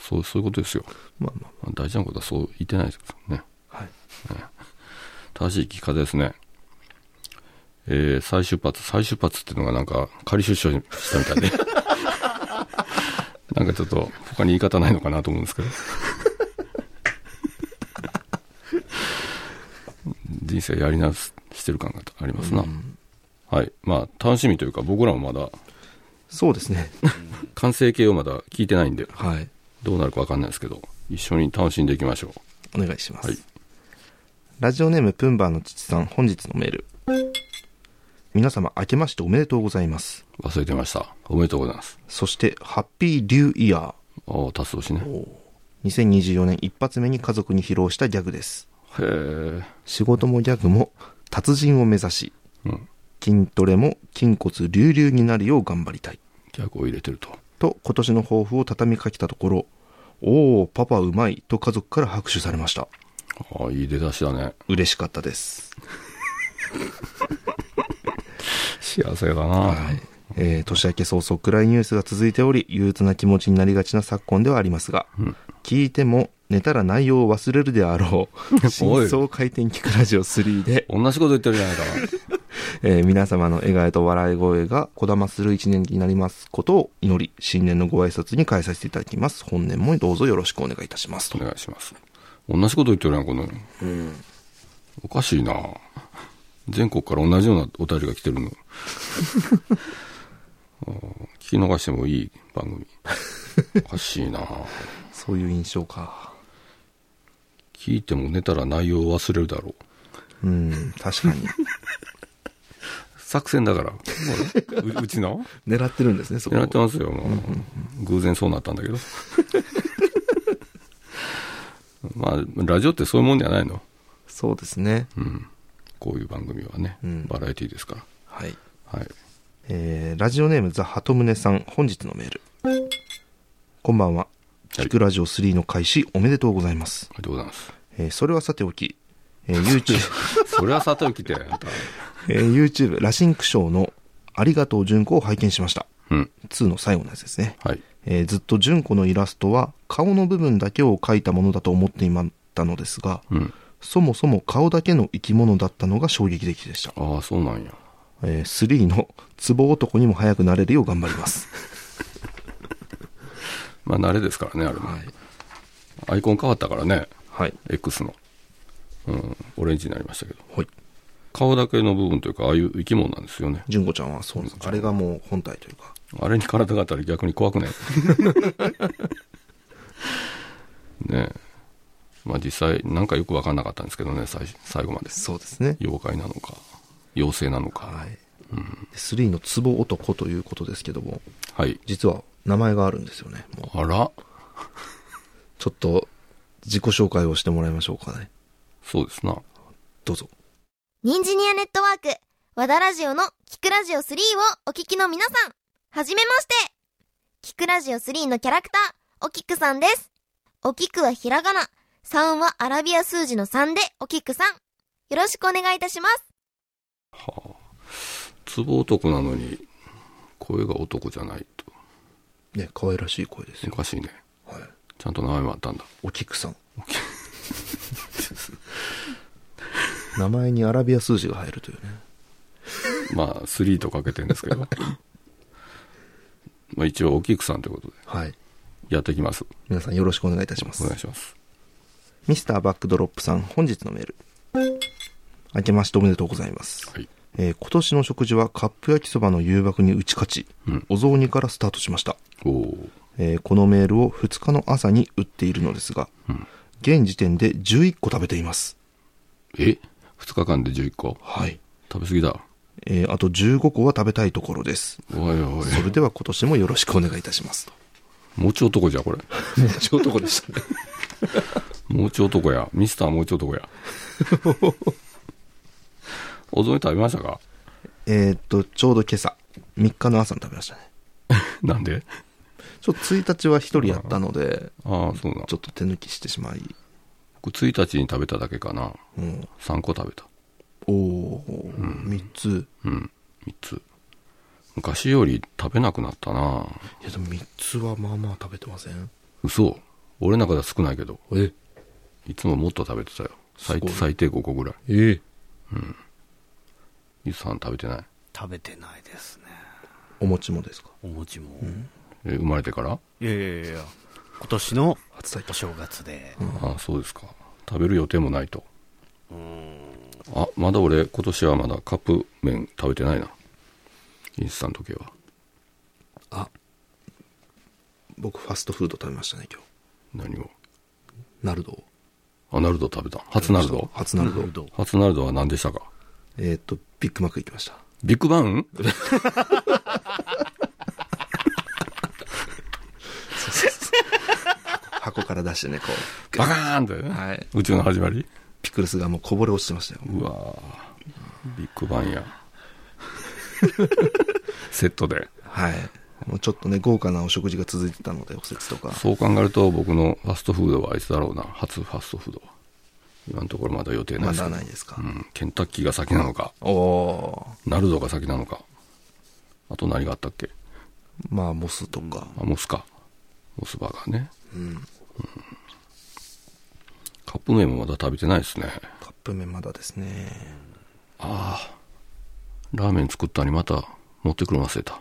そう、そういうことですよ。まあままあ大事なことはそう言ってないですからね。あはい正しい聞き方ですね。えー、再出発、再出発っていうのがなんか仮出所したみたいで。 [laughs] なんかちょっと他に言い方ないのかなと思うんですけど。人生やり直してる感がありますな。はい。まあ楽しみというか僕らもまだそうですね完成形をまだ聞いてないんで、 [laughs] はいどうなるかわかんないですけど、一緒に楽しんでいきましょう。お願いします、はいラジオネームプンバーの父さん本日のメール皆様明けましておめでとうございます忘れてました。おめでとうございます。そしてハッピーデューイヤーおー、達すね。 2024年一発目に家族に披露したギャグですへえ。仕事もギャグも達人を目指し、うん筋トレも筋骨隆々になるよう頑張りたいギャグを入れてると。と今年の抱負を畳みかけたところおおパパうまいと家族から拍手されましたああ、いい出だしだね。嬉しかったです幸せだな。はいえー年明け早々暗いニュースが続いており憂鬱な気持ちになりがちな昨今ではありますが、聞いても寝たら内容を忘れるであろう真相回転キクラジオ3で、同じこと言ってるじゃないかえー皆様の笑顔と笑い声がこだまする一年になりますことを祈り新年のご挨拶に変えさせていただきます本年もどうぞよろしくお願いいたしますとな。お願いします。同じこと言ってるやん、この。うん。おかしいな全国から同じようなお便りが来て [laughs] るの。あー聞き逃してもいい番組。おかしいなそういう印象か。聞いても寝たら内容を忘れるだろう。うん、確 [laughs] かに。作戦 [laughs] だから。もうううちの狙ってるんですね、そこ狙ってますよ、もう。偶然そうなったんだけど。 [laughs] まあ、ラジオってそういうもんじゃないの。そうですね。うん。こういう番組はね、うんバラエティですから。はい。はい。えー、ラジオネームザ・ハトムネさん、本日のメール。こんばんはは。いキクラジオ3の開始おめでとうございます。ありがとうございます。えーそれはさておき、えー、YouTube、 [laughs] それは佐藤来て、あんた。えー YouTube、ラシンクショーのありがとう純子を拝見しました。うん。 2の最後のやつですね。はい。えーずっと純子のイラストは顔の部分だけを描いたものだと思っていましたのですが、うん。そもそも顔だけの生き物だったのが衝撃的でした。ああ、そうなんや。えー、3のツボ男にも早くなれるよう頑張ります。まあ、慣れですからね、あれも。アイコン変わったからね、はい。 X の。うん、オレンジになりましたけど。はい。顔だけの部分というか、ああいう生き物なんですよね。純子ちゃんはそうなんです。あれがもう本体というか。あれに体があったら逆に怖くない [laughs] ねえ。まあ実際、なんかよくわかんなかったんですけどね、最初最後まで。そうですね。妖怪なのか、妖精なのか。ははい。い。3のツボ男ということですけども、実は名前があるんですよね。もうあら、ちょっと自己紹介をしてもらいましょうかね。そうですな。どうぞ。ニンジニアネットワーク、和田ラジオのキクラジオ3をお聞きの皆さん、はじめましてキクラジオ3のキャラクター、おきくさんです。おきくはひらがな、3はアラビア数字の3でおきくさん。よろしくお願いいたします。はあ。ツボ男なのに、声が男じゃないと。ね、可愛らしい声ですおよ。かしいね。はい。ちゃんと名前もあったんだ。お菊さん。名前にアラビア数字が入るというね。まあ、3とかけてるんですけど。 [laughs] まあ一応、お菊さんということで、はい。やっていきます。皆さんよろしくお願いいたしますお願。いします。ミスターバックドロップさん、本日のメール。明けましておめでとうございます。はい。えー今年の食事はカップ焼きそばの誘惑に打ち勝ち、うんお雑煮からスタートしました、おお。えーこのメールを2日の朝に打っているのですが、うん現時点で11個食べていますえ二日間で11個はい、食べ過ぎだえーあと15個は食べたいところですおいおいそれでは今年もよろしくお願いいたしますともち男じゃこ [laughs] れもうちょうどこでしたねもち男やミスターもち男やお雑煮食べましたかえーっとちょうど今朝3日の朝に食べましたねなんでちょっと1日は1人やったのでああそうなちょっと手抜きしてしまい、僕1日に食べただけかなうん、 3個食べたおお、3つうん3つ昔より食べなくなったないやでも3つはまあまあ食べてません嘘俺の中では少ないけどえいつももっと食べてたよ最すごい最低5個ぐらいえゆうさん食べてない食べてないですねお餅もですかお餅も、え生まれてからいやいやいやいや今年の初体お正月で、ああそうですか食べる予定もないとあまだ俺今年はまだカップ麺食べてないなインスタント系はあ僕ファストフード食べましたね今何を日ナルドをあナルド食べた初ナルド初ナルドナルド初ナルドは何でしたかえーっとビッグマック行きましたビッグバ [laughs] ン箱から出してねこうバカーンって、はねいうち宇宙の始まりピクルスがもうこぼれ落ちてましたようわービッグバン [laughs] やセットではいもうちょっとね豪華なお食事が続いてたのでおせちとかそう考えると僕のファストフードはあいつだろうな初ファストフードは今のところまだ予定ないまですけだどないですか、うん、ケンタッキーが先なのかおおナルドが先なのか。あと何があったっけーまあモスとか、あ、モスか。モスバーガーね。うんカップ麺もまだ食べてないですね。カップ麺まだですねラーメン作ったのにまた持ってくるの忘れた。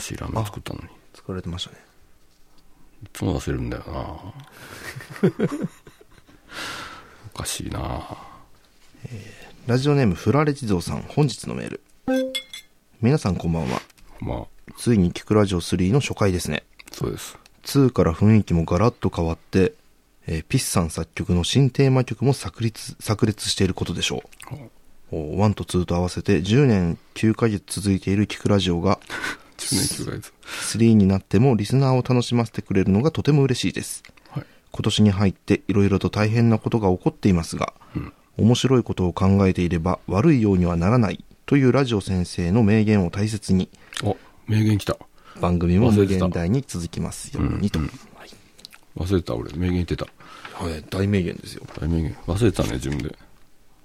新しいラーメン作ったのに。疲れてましたねいつも忘れるんだよな [laughs] おかしいなラジオネームフラレ地蔵さん本日のメール皆さんこんばんはまあついに「キクラジオ3」の初回ですねそうです2から雰囲気もガラッと変わって、えーピッサン作曲の新テーマ曲も炸裂炸裂していることでしょうお1と2と合わせて10年9ヶ月続いている「キクラジオ」が10年9ヶ月3になってもリスナーを楽しませてくれるのがとても嬉しいですはい今年に入っていろいろと大変なことが起こっていますが、面白いことを考えていれば悪いようにはならないというラジオ先生の名言を大切にお名言来た番組も忘無れてた限大に続きますようにと、はい忘れてた俺名言言ってたはい大名言ですよ大名言忘れてたね自分で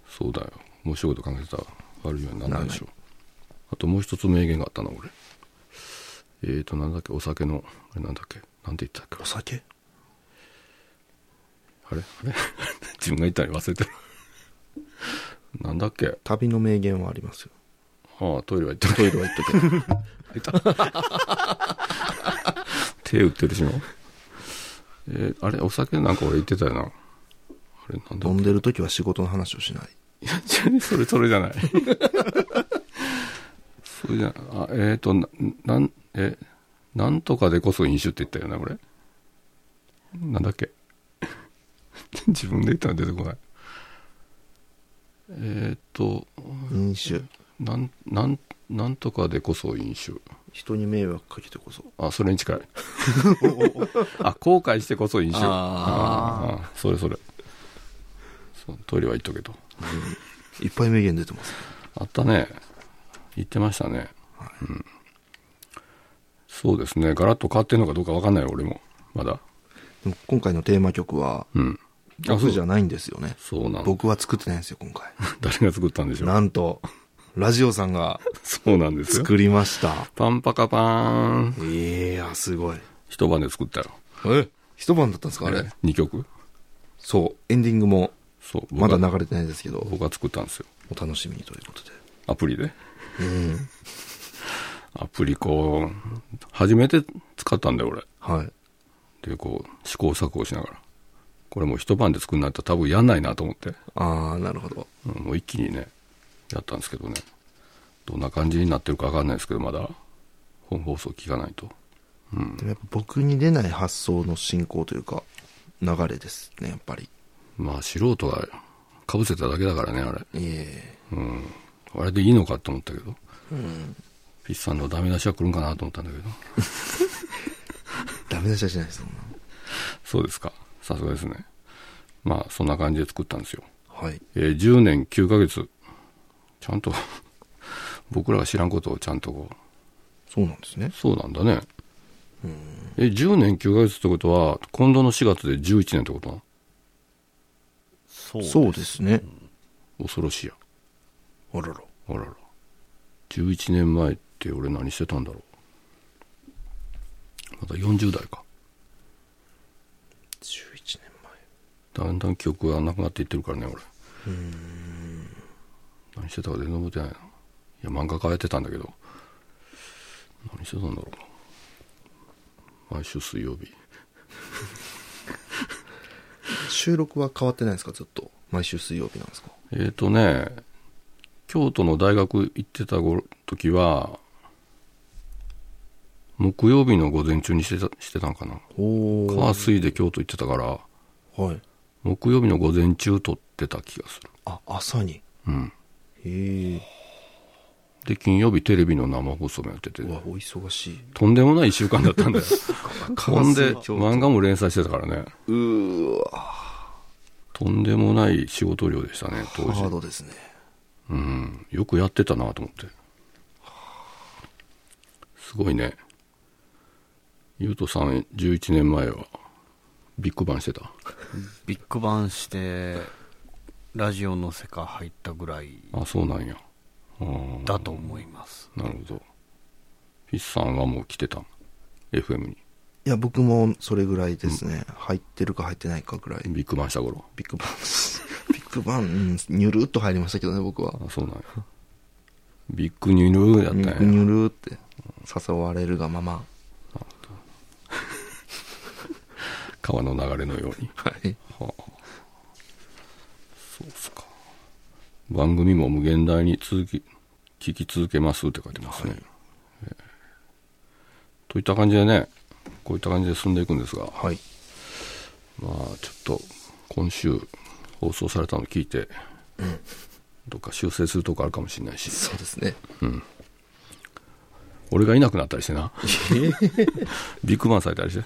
そうだよ面白いこと考えてたら悪いようにならないでしょあともう一つ名言があったな俺えーとなんだっけお酒のあれなんだっけなんて言ったっけお酒あれあれ [laughs] 自分が言ったのに忘れてるなんだっけ旅の名言はありますよああトイレは行ったトイレは行 [laughs] っとけ入 [laughs] った。手打ってるしも。えーあれ、お酒なんか俺言ってたよな。あれ、なんだ飲んでる時は仕事の話をしないいや違う、 [laughs] それ、それじゃない。それじゃない。あ、えっ、と、ななん、え、なんとかでこそ飲酒って言ったよな、これ。なんだっけ。 [laughs] 自分で言ったら出てこない。えっ、と、飲酒なん、なん、なんとかでこそ飲酒。人に迷惑かけてこそあ、それに近い。あ、後悔してこそ飲酒。ああ、それそれ。そうトイレは行っとけと。いっぱい名言出てますあったね。行ってましたね。うんそうですね。ガラッと変わってんのかどうかわかんないよ、俺も。まだ。でも今回のテーマ曲はうん。あ、そ僕うじじゃゃないんですよねそうなの。僕は作ってないんですよ今 [laughs] 回誰が作ったんでしょう。なんとラジオさんがそうなんですよ。作りましたパンパカパーン。いやすごい一晩で作ったよ。え一晩だったんですかあれ ?2 曲。そうエンディングもそう。まだな流れてないですけど僕が作ったんですよ。お楽しみにということでアプリで。アプリこう、初めて使ったんだよ、俺。はいでこう試行錯誤しながらこれもう一晩で作るんだったら多分やんないなと思って、ああなるほどうんもう一気にねやったんですけどねどんな感じになってるか分かんないですけどまだ本放送聞かないとうんでもやっぱ僕に出ない発想の進行というか流れですねやっぱりまあ素人がかぶせただけだからねあれいえうんあれでいいのかと思ったけど、ピッサンのダメ出しは来るんかなと思ったんだけどダメ出しはしないですそんなそうですかさすがですねまあそんな感じで作ったんですよはいえー10年9ヶ月ちゃんと [laughs] 僕らが知らんことをちゃんとこうそうなんですねそうなんだね。え、10年9ヶ月ってことは、今度の4月で11年ってことなのそうそうですね恐ろしいや。あららあらら。11年前って俺何してたんだろう。まだ40代か。 11年前だんだん記憶がなくなっていってるからね、俺。何してたか全然覚えてないな。いや、漫画変えてたんだけど。何してたんだろうな。毎週水曜日。収録は変わってないですかずっと毎週水曜日なんですかえっ、とね、京都の大学行ってた頃時は、木曜日の午前中にしてたしてたんかな。お火水で京都行ってたから、はい木曜日の午前中撮ってた気がする。あ朝にうん。へえで、金曜日テレビの生放送もやってて、うわお忙しいとんでもない一週間だったん [laughs] だよ。ほんで、火水漫画も連載してたからね。うーわとんでもない仕事量でしたね、当時ハー。ドですねうん、よくやってたなと思ってすごいねゆうとさん11年前はビッグバンしてたビッグバンしてラジオの世界入ったぐらいあそうなんやうんだと思いますなるほどフィッさんはもう来てた FM にいや僕もそれぐらいですね、入ってるか入ってないかぐらいビッグバンした頃ビッグバン [laughs] ビッグバン、うん、ニュルーっと入りましたけどね僕はあそう [laughs] なんやビッグニュルーやニったんやュルーって誘われるがまま川の流れのようにはいはあそうっすか。番組も無限大に続き、聞き続けますって書いてますね。えーといった感じでね、こういった感じで進んでいくんですが、はい。まあちょっと今週放送されたの聞いて、どっか修正するとこあるかもしれないし、そうですね。俺がいなくなったりしてな。 [laughs] ビッグマンされたりして。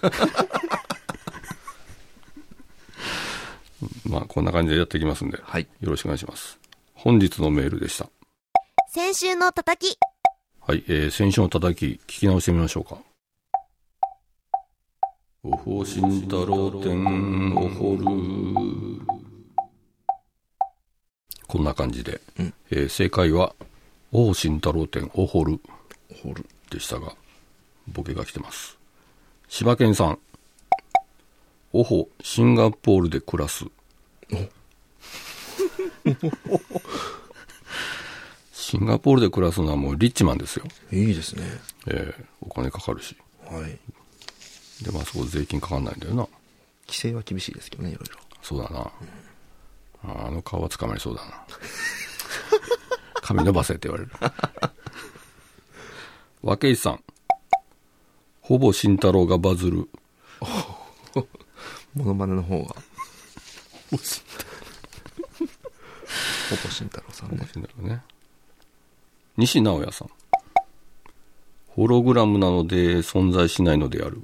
まあこんな感じでやっていきますんで、よはい。ろしくお願いします。本日のメールでした。先週の叩きはい、えー、先週の叩き、聞き直してみましょうか。おほ慎太郎展おほる。こんな感じで、うんえー正解は、おほ慎太郎展おほるホール。でしたが、ボケが来てます。柴犬さん、おほ、シンガポールで暮らす。シンガポールで暮らすのはもうリッチマンですよ。いいですね。えーお金かかるし。はい。で、まあそこ税金かかんないんだよな。規制は厳しいですけどね、いろいろ。そうだな。ああの顔は捕まりそうだな。 [laughs] 髪伸ばせって言われる。和井さん。ほぼ慎太郎がバズる。モノマネの [laughs] 方が。ほぼ慎太郎さんね。慎太郎ね。西直哉さん。ホログラムなので存在しないのである。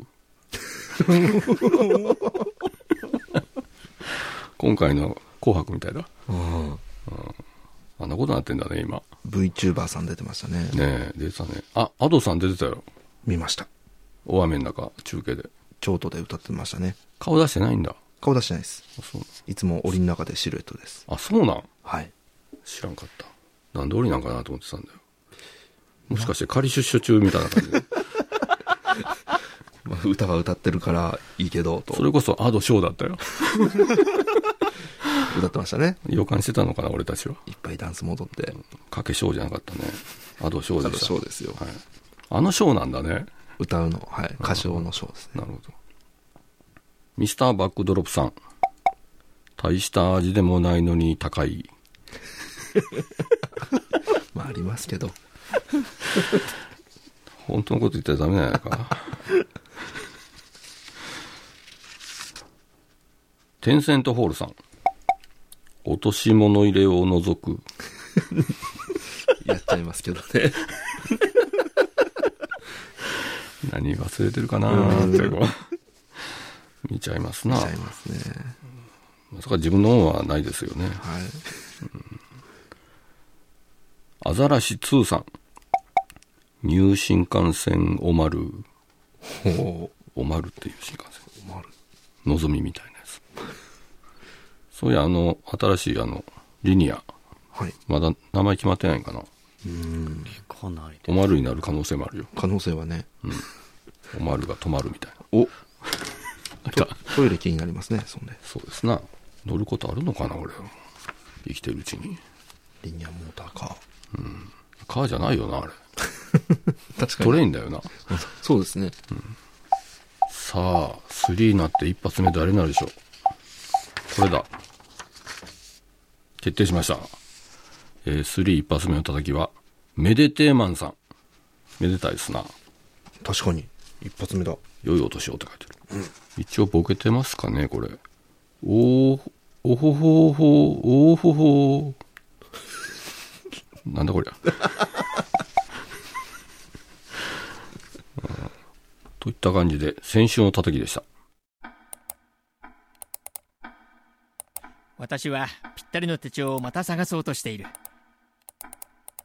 [laughs] 今回の紅白みたいだ。うん。あんなことなってんだね、今。 VTuber さん出てましたね。ねえ、出てたね。あ、アドさん出てたよ。見ました。大雨の中、中継で。京都で歌ってましたね。顔出してないんだ。顔出してないです。あ、そういつも檻の中でシルエットです。なん。あ、そうなん。はい。知らんかった。なんで俺なんかなと思ってたんだよ。もしかして仮出所中みたいな感 [laughs] じで。まあ、歌は歌ってるからいいけど、とそれこそアドショーだったよ。歌ってましたね。予感してたのかな、俺たちは。いっぱいダンス戻って。かけショーじゃなかったね。アドショーでした。アドショーですよはい。あのショーなんだね。歌うの、はい。歌唱のショーですなね。るほど。ミスターバックドロップさん。大した味でもないのに高い。まあ、ありますけど。本当のこと言ったらダメなのかテンセントホールさん落とし物入れを除くやっちゃいます [laughs] けどね。何忘れてるかなうんってこう見ちゃいますなしちゃいますね。まさか自分のもんはないですよねはい。アザラシ2さんニ新幹線おまるほおまるっていう新幹線う。丸。のぞみみたいなやつそういやあの新しいあのリニアはい。まだ名前決まってないかなうん。かなりでおまるになる可能性もあるよ可能性はね。おまるが止まるみたいお、な。いた。トイレ気になりますね、そんで。そうですな。乗ることあるのかな、俺。生きてるうちに。リニアモーターか。カーじゃないよな、あれ。確トレインだよな。そうですね。さあ、3になって一発目誰になるでしょう。これだ。決定しました。えー、3一発目の叩きは、めでてーマンさん。めでたいですな。確かに。一発目だ。良いお年をって書いてる、一応ボケてますかねこれおーおほほほおほほなんだこりゃ [laughs] うんといった感じで先週の叩きでした私はぴったりの手帳をまた探そうとしている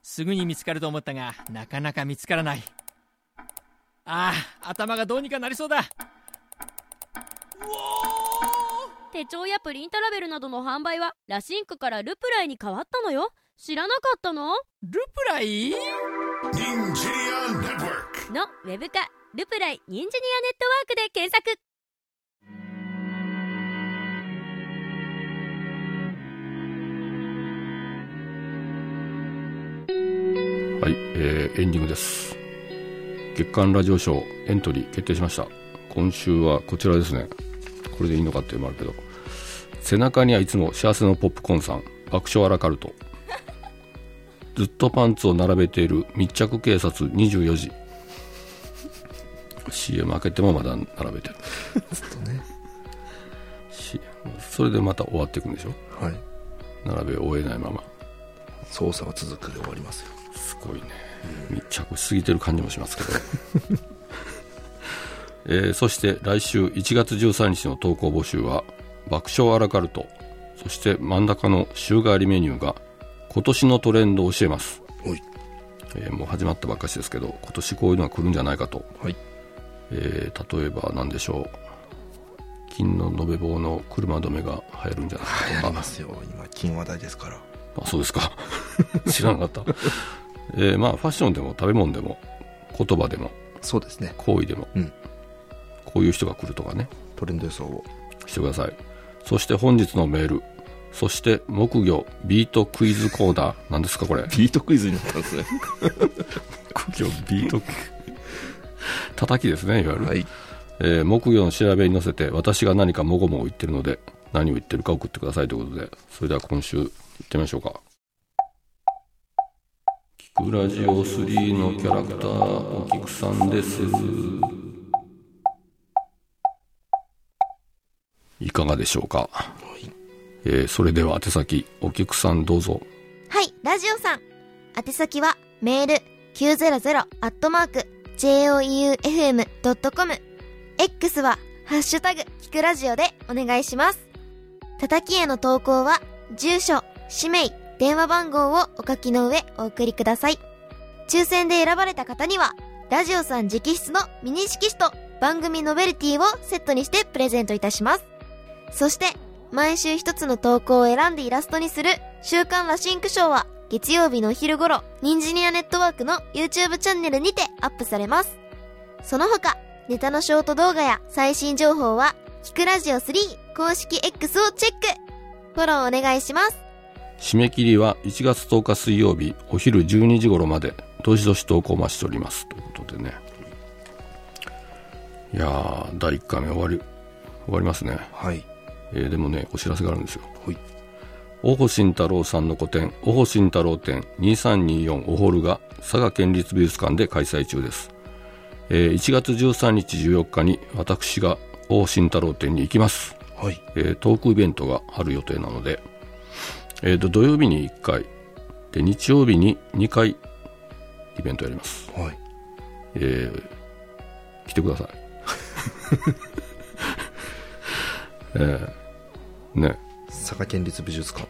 すぐに見つかると思ったがなかなか見つからないああ頭がどうにかなりそうだ手帳やプリントラベルなどの販売はラシンクからルプライに変わったのよ知らなかったのルプライ Ninja Network. のウェブ化ルプライニンジニアネットワークで検索はい、えーエンディングです月刊ラジオショーエントリー決定しました今週はこちらですねこれでいいのかっていうのもあるけど、背中にはいつも幸せのポップコーンさん爆笑アラカルトずっとパンツを並べている密着警察24時 CM 開けてもまだ並べてるずっとねそれでまた終わっていくんでしょはい並べ終えないまま捜査は続くで終わりますよすごいね密着しすぎてる感じもしますけど、 [laughs] えーそして来週1月13日の投稿募集は爆笑アラカルトそして真ん中の週替わりメニューが今年のトレンドを教えます、おいえーもう始まったばっかしですけど今年こういうのが来るんじゃないかと、はいえー例えば何でしょう金の延べ棒の車止めが流行るんじゃないかとやりますよ今金話題ですからあそうですか [laughs] 知らなかった、えーまあファッションでも食べ物でも言葉でもそうですね行為でも、うんこういう人が来るとかねトレンド予想をしてくださいそして本日のメールそして木魚ビートクイズコーナー何ですかこれビートクイズになったんですね木魚ビートクイズ [laughs] 叩きですねいわゆる、はいえー木魚の調べに乗せて私が何かもごもご言ってるので何を言ってるか送ってくださいということでそれでは今週行ってみましょうかキクラジオ3のキャラクターお菊さんですいかがでしょうか、えーそれでは宛先お菊さんどうぞはい、ラジオさん。宛先は、メール、900-joeufm.com。X は、ハッシュタグ、キクラジオでお願いします。叩きへの投稿は、住所、氏名、電話番号をお書きの上お送りください。抽選で選ばれた方には、ラジオさん直筆のミニ色紙と番組ノベルティをセットにしてプレゼントいたします。そして、毎週一つの投稿を選んでイラストにする週刊ラシンク賞は月曜日のお昼頃、ニンジニアネットワークの YouTube チャンネルにてアップされます。その他、ネタのショート動画や最新情報は、キクラジオ3公式 X をチェックフォローお願いします。締め切りは1月10日水曜日お昼12時頃までどしどし投稿をお待ちしておりますということでねいやー第1回目終わり終わりますね、はいえーでもねお知らせがあるんですよほいオホ慎太郎さんの個展「オホ慎太郎展2324オホル」が佐賀県立美術館で開催中です、えー1月13日14日に私がオホ慎太郎展に行きますはいえートークイベントがある予定なので、えーと土曜日に1回で日曜日に2回イベントやります、はいえー来てください [laughs] えーね [laughs] 佐賀県立美術館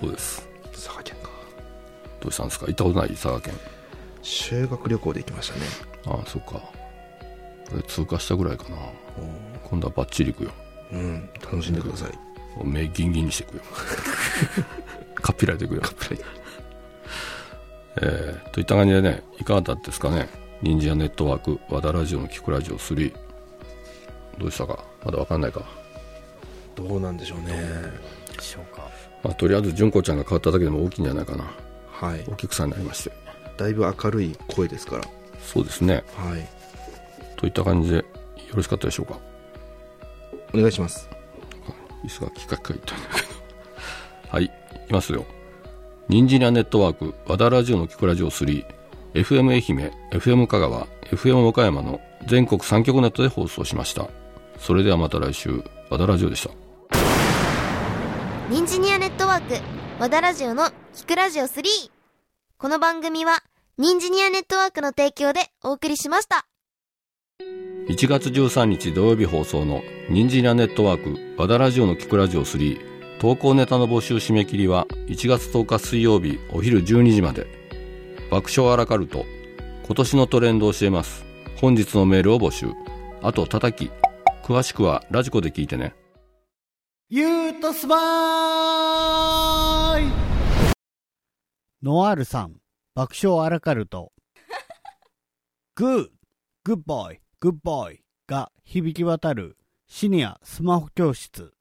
そうです佐賀県かどうしたんですか行ったことない佐賀県修学旅行で行きましたねああそうかこれ通過したぐらいかな今度はバッチリ行くようん楽しんでください目ギンギンにしていくよ [laughs] カピラでいくよカピラえー、といった感じでねいかがだったですかね忍者ネットワーク和田ラジオのキクラジオ3どうしたかまだわかんないか、どうなんでしょうねでしょうかまあ、とりあえず純子ちゃんが変わっただけでも大きいんじゃないかなはい大きくさになりましてだいぶ明るい声ですからそうですねはいといった感じでよろしかったでしょうかお願いします椅子が企画会というはいいきますよニンジニアネットワーク和田ラジオのキクラジオ 3FM 愛媛 FM 香川 FM 和歌山の全国3局ネットで放送しましたそれではまた来週和田ラジオでしたニンジニアネットワーク和田ラジオのキクラジオ3この番組はニンジニアネットワークの提供でお送りしました1月13日土曜日放送の「ニンジニアネットワーク和田ラジオのキクラジオ3」投稿ネタの募集締め切りは1月10日水曜日お昼12時まで爆笑アラカルト今年のトレンドを教えます本日のメールを募集あと叩き詳しくはラジコで聞いてねゆうとすばーいノアールさん、爆笑アラカルト。 [laughs] グー、グッボーイ、グッボーイが響き渡るシニアスマホ教室。